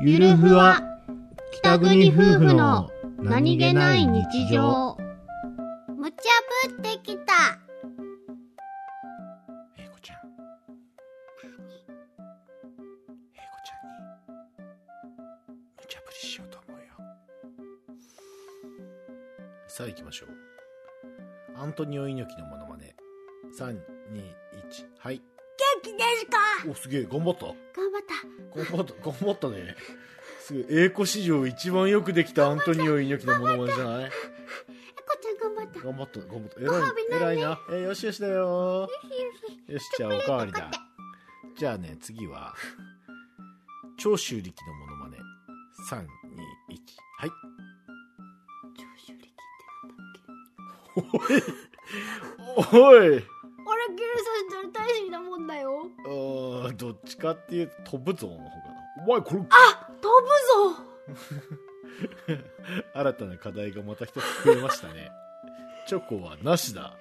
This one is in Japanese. ゆるふわ北国夫婦の何気ない日常むちゃぶってきた英子ちゃん英子ちゃんに無茶ぶりしようと思うよさあ行きましょうアントニオ猪木のモノマネ321はい元気ですかおすげえ頑張った頑張った頑張った頑張ったねすごい英子史上一番よくできたアントニオ猪木のモノマネじゃないえこちゃん頑張った頑張った頑張ったご褒偉美な偉いねいなえーよしよしだよよしじゃあおかわりだじゃあね次は長州力のモノマネ321はい長州力ってなんだっけおい俺ギルソンと大好きなもんだようーんどっちかっていうと飛ぶぞの方かなお前これ飛ぶぞ新たな課題がまた一つ増えましたねチョコはなしだ